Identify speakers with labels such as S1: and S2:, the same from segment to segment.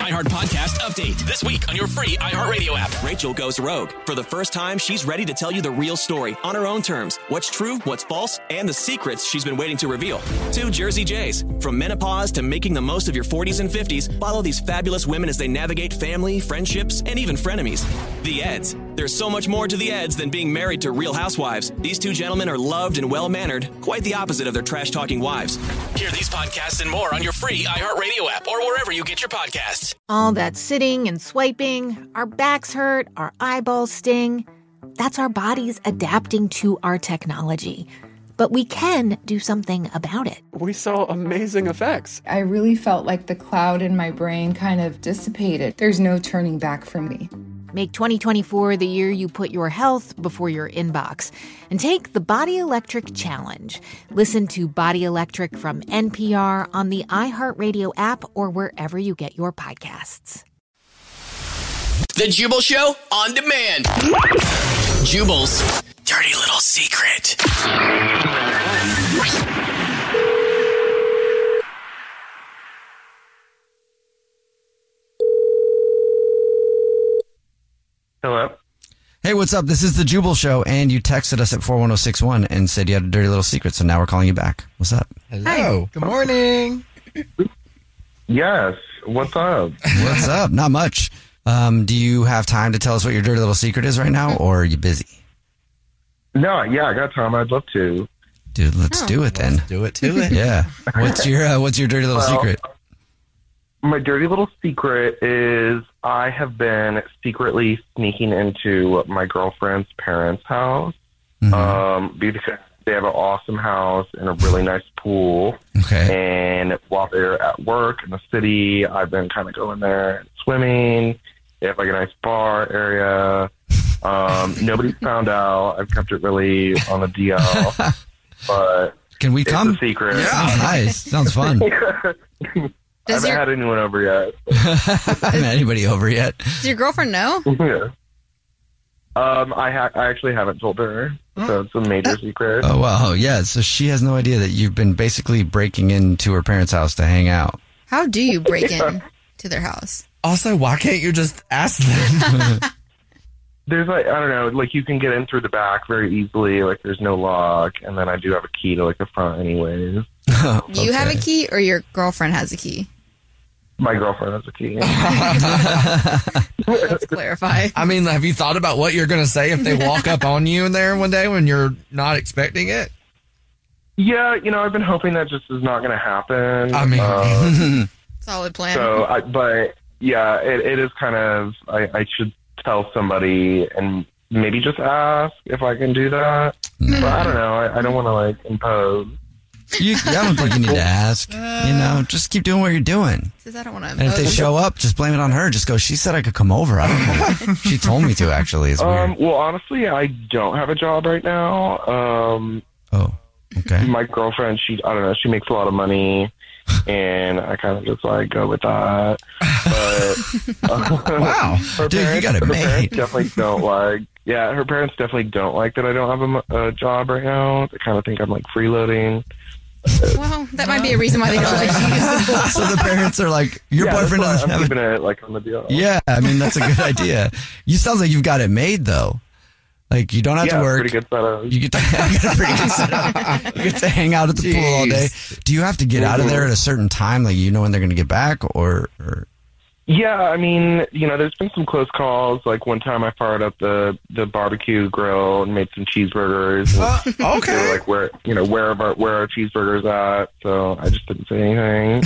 S1: iHeart Podcast update this week on your free iHeartRadio app. Rachel goes rogue. For the first time, she's ready to tell you the real story on her own terms what's true, what's false, and the secrets she's been waiting to reveal. Two Jersey Jays. From menopause to making the most of your 40s and 50s, follow these fabulous women as they navigate family, friendships, and even frenemies. The Eds. There's so much more to the Eds than being married to real housewives. These two gentlemen are loved and well mannered, quite the opposite of their trash talking wives. Hear these podcasts and more on your free iHeartRadio app or wherever you get your podcasts.
S2: All that sitting and swiping, our backs hurt, our eyeballs sting. That's our bodies adapting to our technology. But we can do something about it.
S3: We saw amazing effects.
S4: I really felt like the cloud in my brain kind of dissipated. There's no turning back for me.
S2: Make 2024 the year you put your health before your inbox and take the Body Electric Challenge. Listen to Body Electric from NPR on the iHeartRadio app or wherever you get your podcasts.
S5: The Jubal Show on demand. Jubal's dirty little secret.
S6: Hello.
S7: Hey, what's up? This is the Jubal Show, and you texted us at 41061 and said you had a dirty little secret, so now we're calling you back. What's up?
S8: Hello. Good morning.
S6: Yes. What's up?
S7: What's up? Not much. Um, do you have time to tell us what your dirty little secret is right now, or are you busy?
S6: No, yeah, I got time. I'd love to.
S7: Dude,
S6: Oh.
S7: let's do it then.
S8: Do it to it.
S7: Yeah. What's your uh, What's your dirty little
S6: Well,
S7: secret?
S6: My dirty little secret is I have been secretly sneaking into my girlfriend's parents' house
S7: Mm-hmm.
S6: um, because they have an awesome house and a really nice pool.
S7: Okay.
S6: And while they're at work in the city, I've been kind of going there and swimming. They have like a nice bar area. Um, nobody's found out. I've kept it really on the DL, but
S7: Can we
S6: it's
S7: come?
S6: a secret.
S7: Sounds nice. Sounds fun.
S6: I
S9: Does
S6: haven't
S9: your
S6: had anyone over yet.
S7: Haven't had anybody over yet.
S9: does your girlfriend know?
S6: Yeah. Um, I ha- I actually haven't told her, so it's a major secret.
S7: Oh wow. Yeah. So she has no idea that you've been basically breaking into her parents' house to hang out.
S9: How do you break in to their house?
S8: Also, why can't you just ask them?
S6: There's like I don't know, like you can get in through the back very easily. Like there's no lock, and then I do have a key to like the front, anyways.
S9: Do you have a
S7: Okay.
S9: key or your girlfriend has a key?
S6: My girlfriend has a key.
S9: Let's clarify.
S8: I mean, have you thought about what you're going to say if they walk up on you in there one day when you're not expecting it?
S6: yeah, you know, I've been hoping that just is not going to happen.
S8: I mean-
S6: Uh,
S9: Solid plan.
S6: so I, but yeah, it, it is kind of I, I should tell somebody and maybe just ask if I can do that. But I don't know. I, I don't want to like impose.
S7: You, I don't think you need to ask. You know, just keep doing what you're doing.
S9: Says, I don't want to
S7: And if
S6: Uh,
S7: they show up, just blame it on her. Just go. She said I could come over. I don't know. she told me to. Actually, it's weird.
S6: Um, well, honestly, I don't have a job right now. Um,
S7: oh, okay.
S6: my girlfriend, she, I don't know, she makes a lot of money, and I kind of just like go with that. But uh,
S7: Wow.
S6: her
S7: Dude, you
S6: parents,
S7: got it
S6: her
S7: made.
S6: parents definitely don't like. Yeah, her parents definitely don't like that I don't have a mo- a, job right now. They kind of think I'm like freeloading.
S9: Well, that might be a reason why they don't like you.
S7: so the parents are like, your
S6: yeah, that's
S7: boyfriend
S6: why
S7: doesn't
S6: I'm
S7: have a.
S6: keeping it like on the deal.
S7: Yeah, I mean that's a good idea. You sounds like you've got it made though. Like you don't have
S6: yeah,
S7: to work.
S6: pretty good setup.
S7: You get to you got a pretty good setup. You get to hang out at the pool all day. Do you have to get out of there at a certain time? Like you know when they're going to get back, or, or
S6: Yeah, I mean, you know, there's been some close calls. Like one time, I fired up the the barbecue grill and made some cheeseburgers. And they were like, "Where, you know, where are where are cheeseburgers at?" So I just didn't say anything.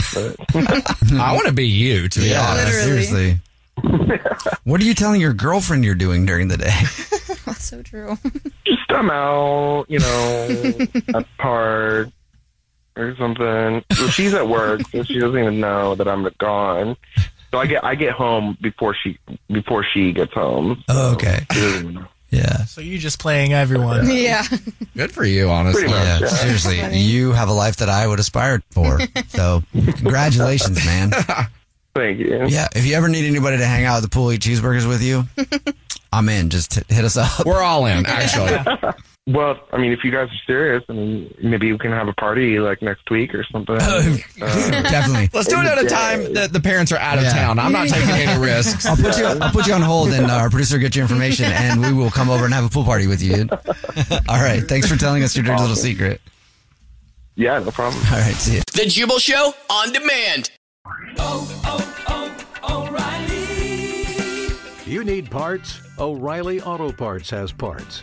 S6: But
S8: I want to be you, to be honest.
S9: Literally.
S7: seriously. what are you telling your girlfriend you're doing during the day?
S9: That's so true.
S6: just I'm out, you know, at the park or something. Well, she's at work, so she doesn't even know that I'm gone. So I get I get home before she before she gets home.
S7: Oh, okay.
S6: She doesn't even know.
S7: Yeah.
S10: So you're just playing everyone.
S9: Yeah.
S7: Good for you, honestly.
S10: Pretty much,
S7: yeah,
S10: yeah.
S7: Seriously, you have a life that I would aspire for. So, congratulations, man.
S6: Thank you.
S7: Yeah. If you ever need anybody to hang out at the pool, eat cheeseburgers with you, I'm in. Just hit- hit us up. We're all in, actually.
S6: Well, I mean, if you guys are serious, I mean, maybe we can have a party like next week or something. Uh,
S7: Definitely.
S8: Let's do it at a time that the parents are out of town. I'm not taking any risks.
S7: I'll put you. I'll put you on hold, and uh, our producer will get your information, and we will come over and have a pool party with you. Dude. All right. Thanks for telling us your dirty little secret.
S6: Yeah, no problem.
S7: All right. See you.
S5: The Jubal Show on demand.
S11: You need parts? O'Reilly Auto Parts has parts.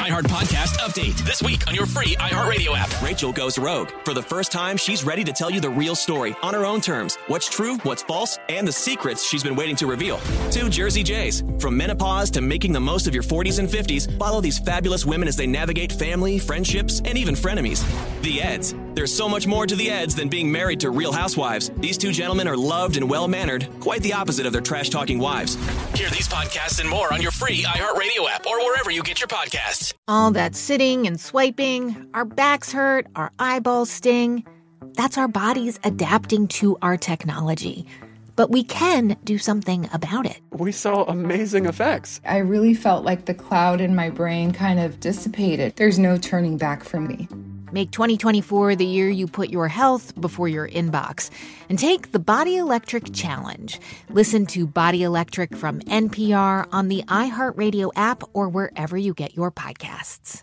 S1: iHeart Podcast Update. This week on your free iHeartRadio app, Rachel goes rogue. For the first time, she's ready to tell you the real story on her own terms what's true, what's false, and the secrets she's been waiting to reveal. Two Jersey Jays. From menopause to making the most of your 40s and 50s, follow these fabulous women as they navigate family, friendships, and even frenemies. The Eds. There's so much more to the Eds than being married to real housewives. These two gentlemen are loved and well mannered, quite the opposite of their trash talking wives. Hear these podcasts and more on your free iHeartRadio app or wherever you get your podcasts.
S2: All that sitting and swiping, our backs hurt, our eyeballs sting. That's our bodies adapting to our technology. But we can do something about it.
S3: We saw amazing effects.
S4: I really felt like the cloud in my brain kind of dissipated. There's no turning back for me.
S2: Make 2024 the year you put your health before your inbox and take the Body Electric Challenge. Listen to Body Electric from NPR on the iHeartRadio app or wherever you get your podcasts.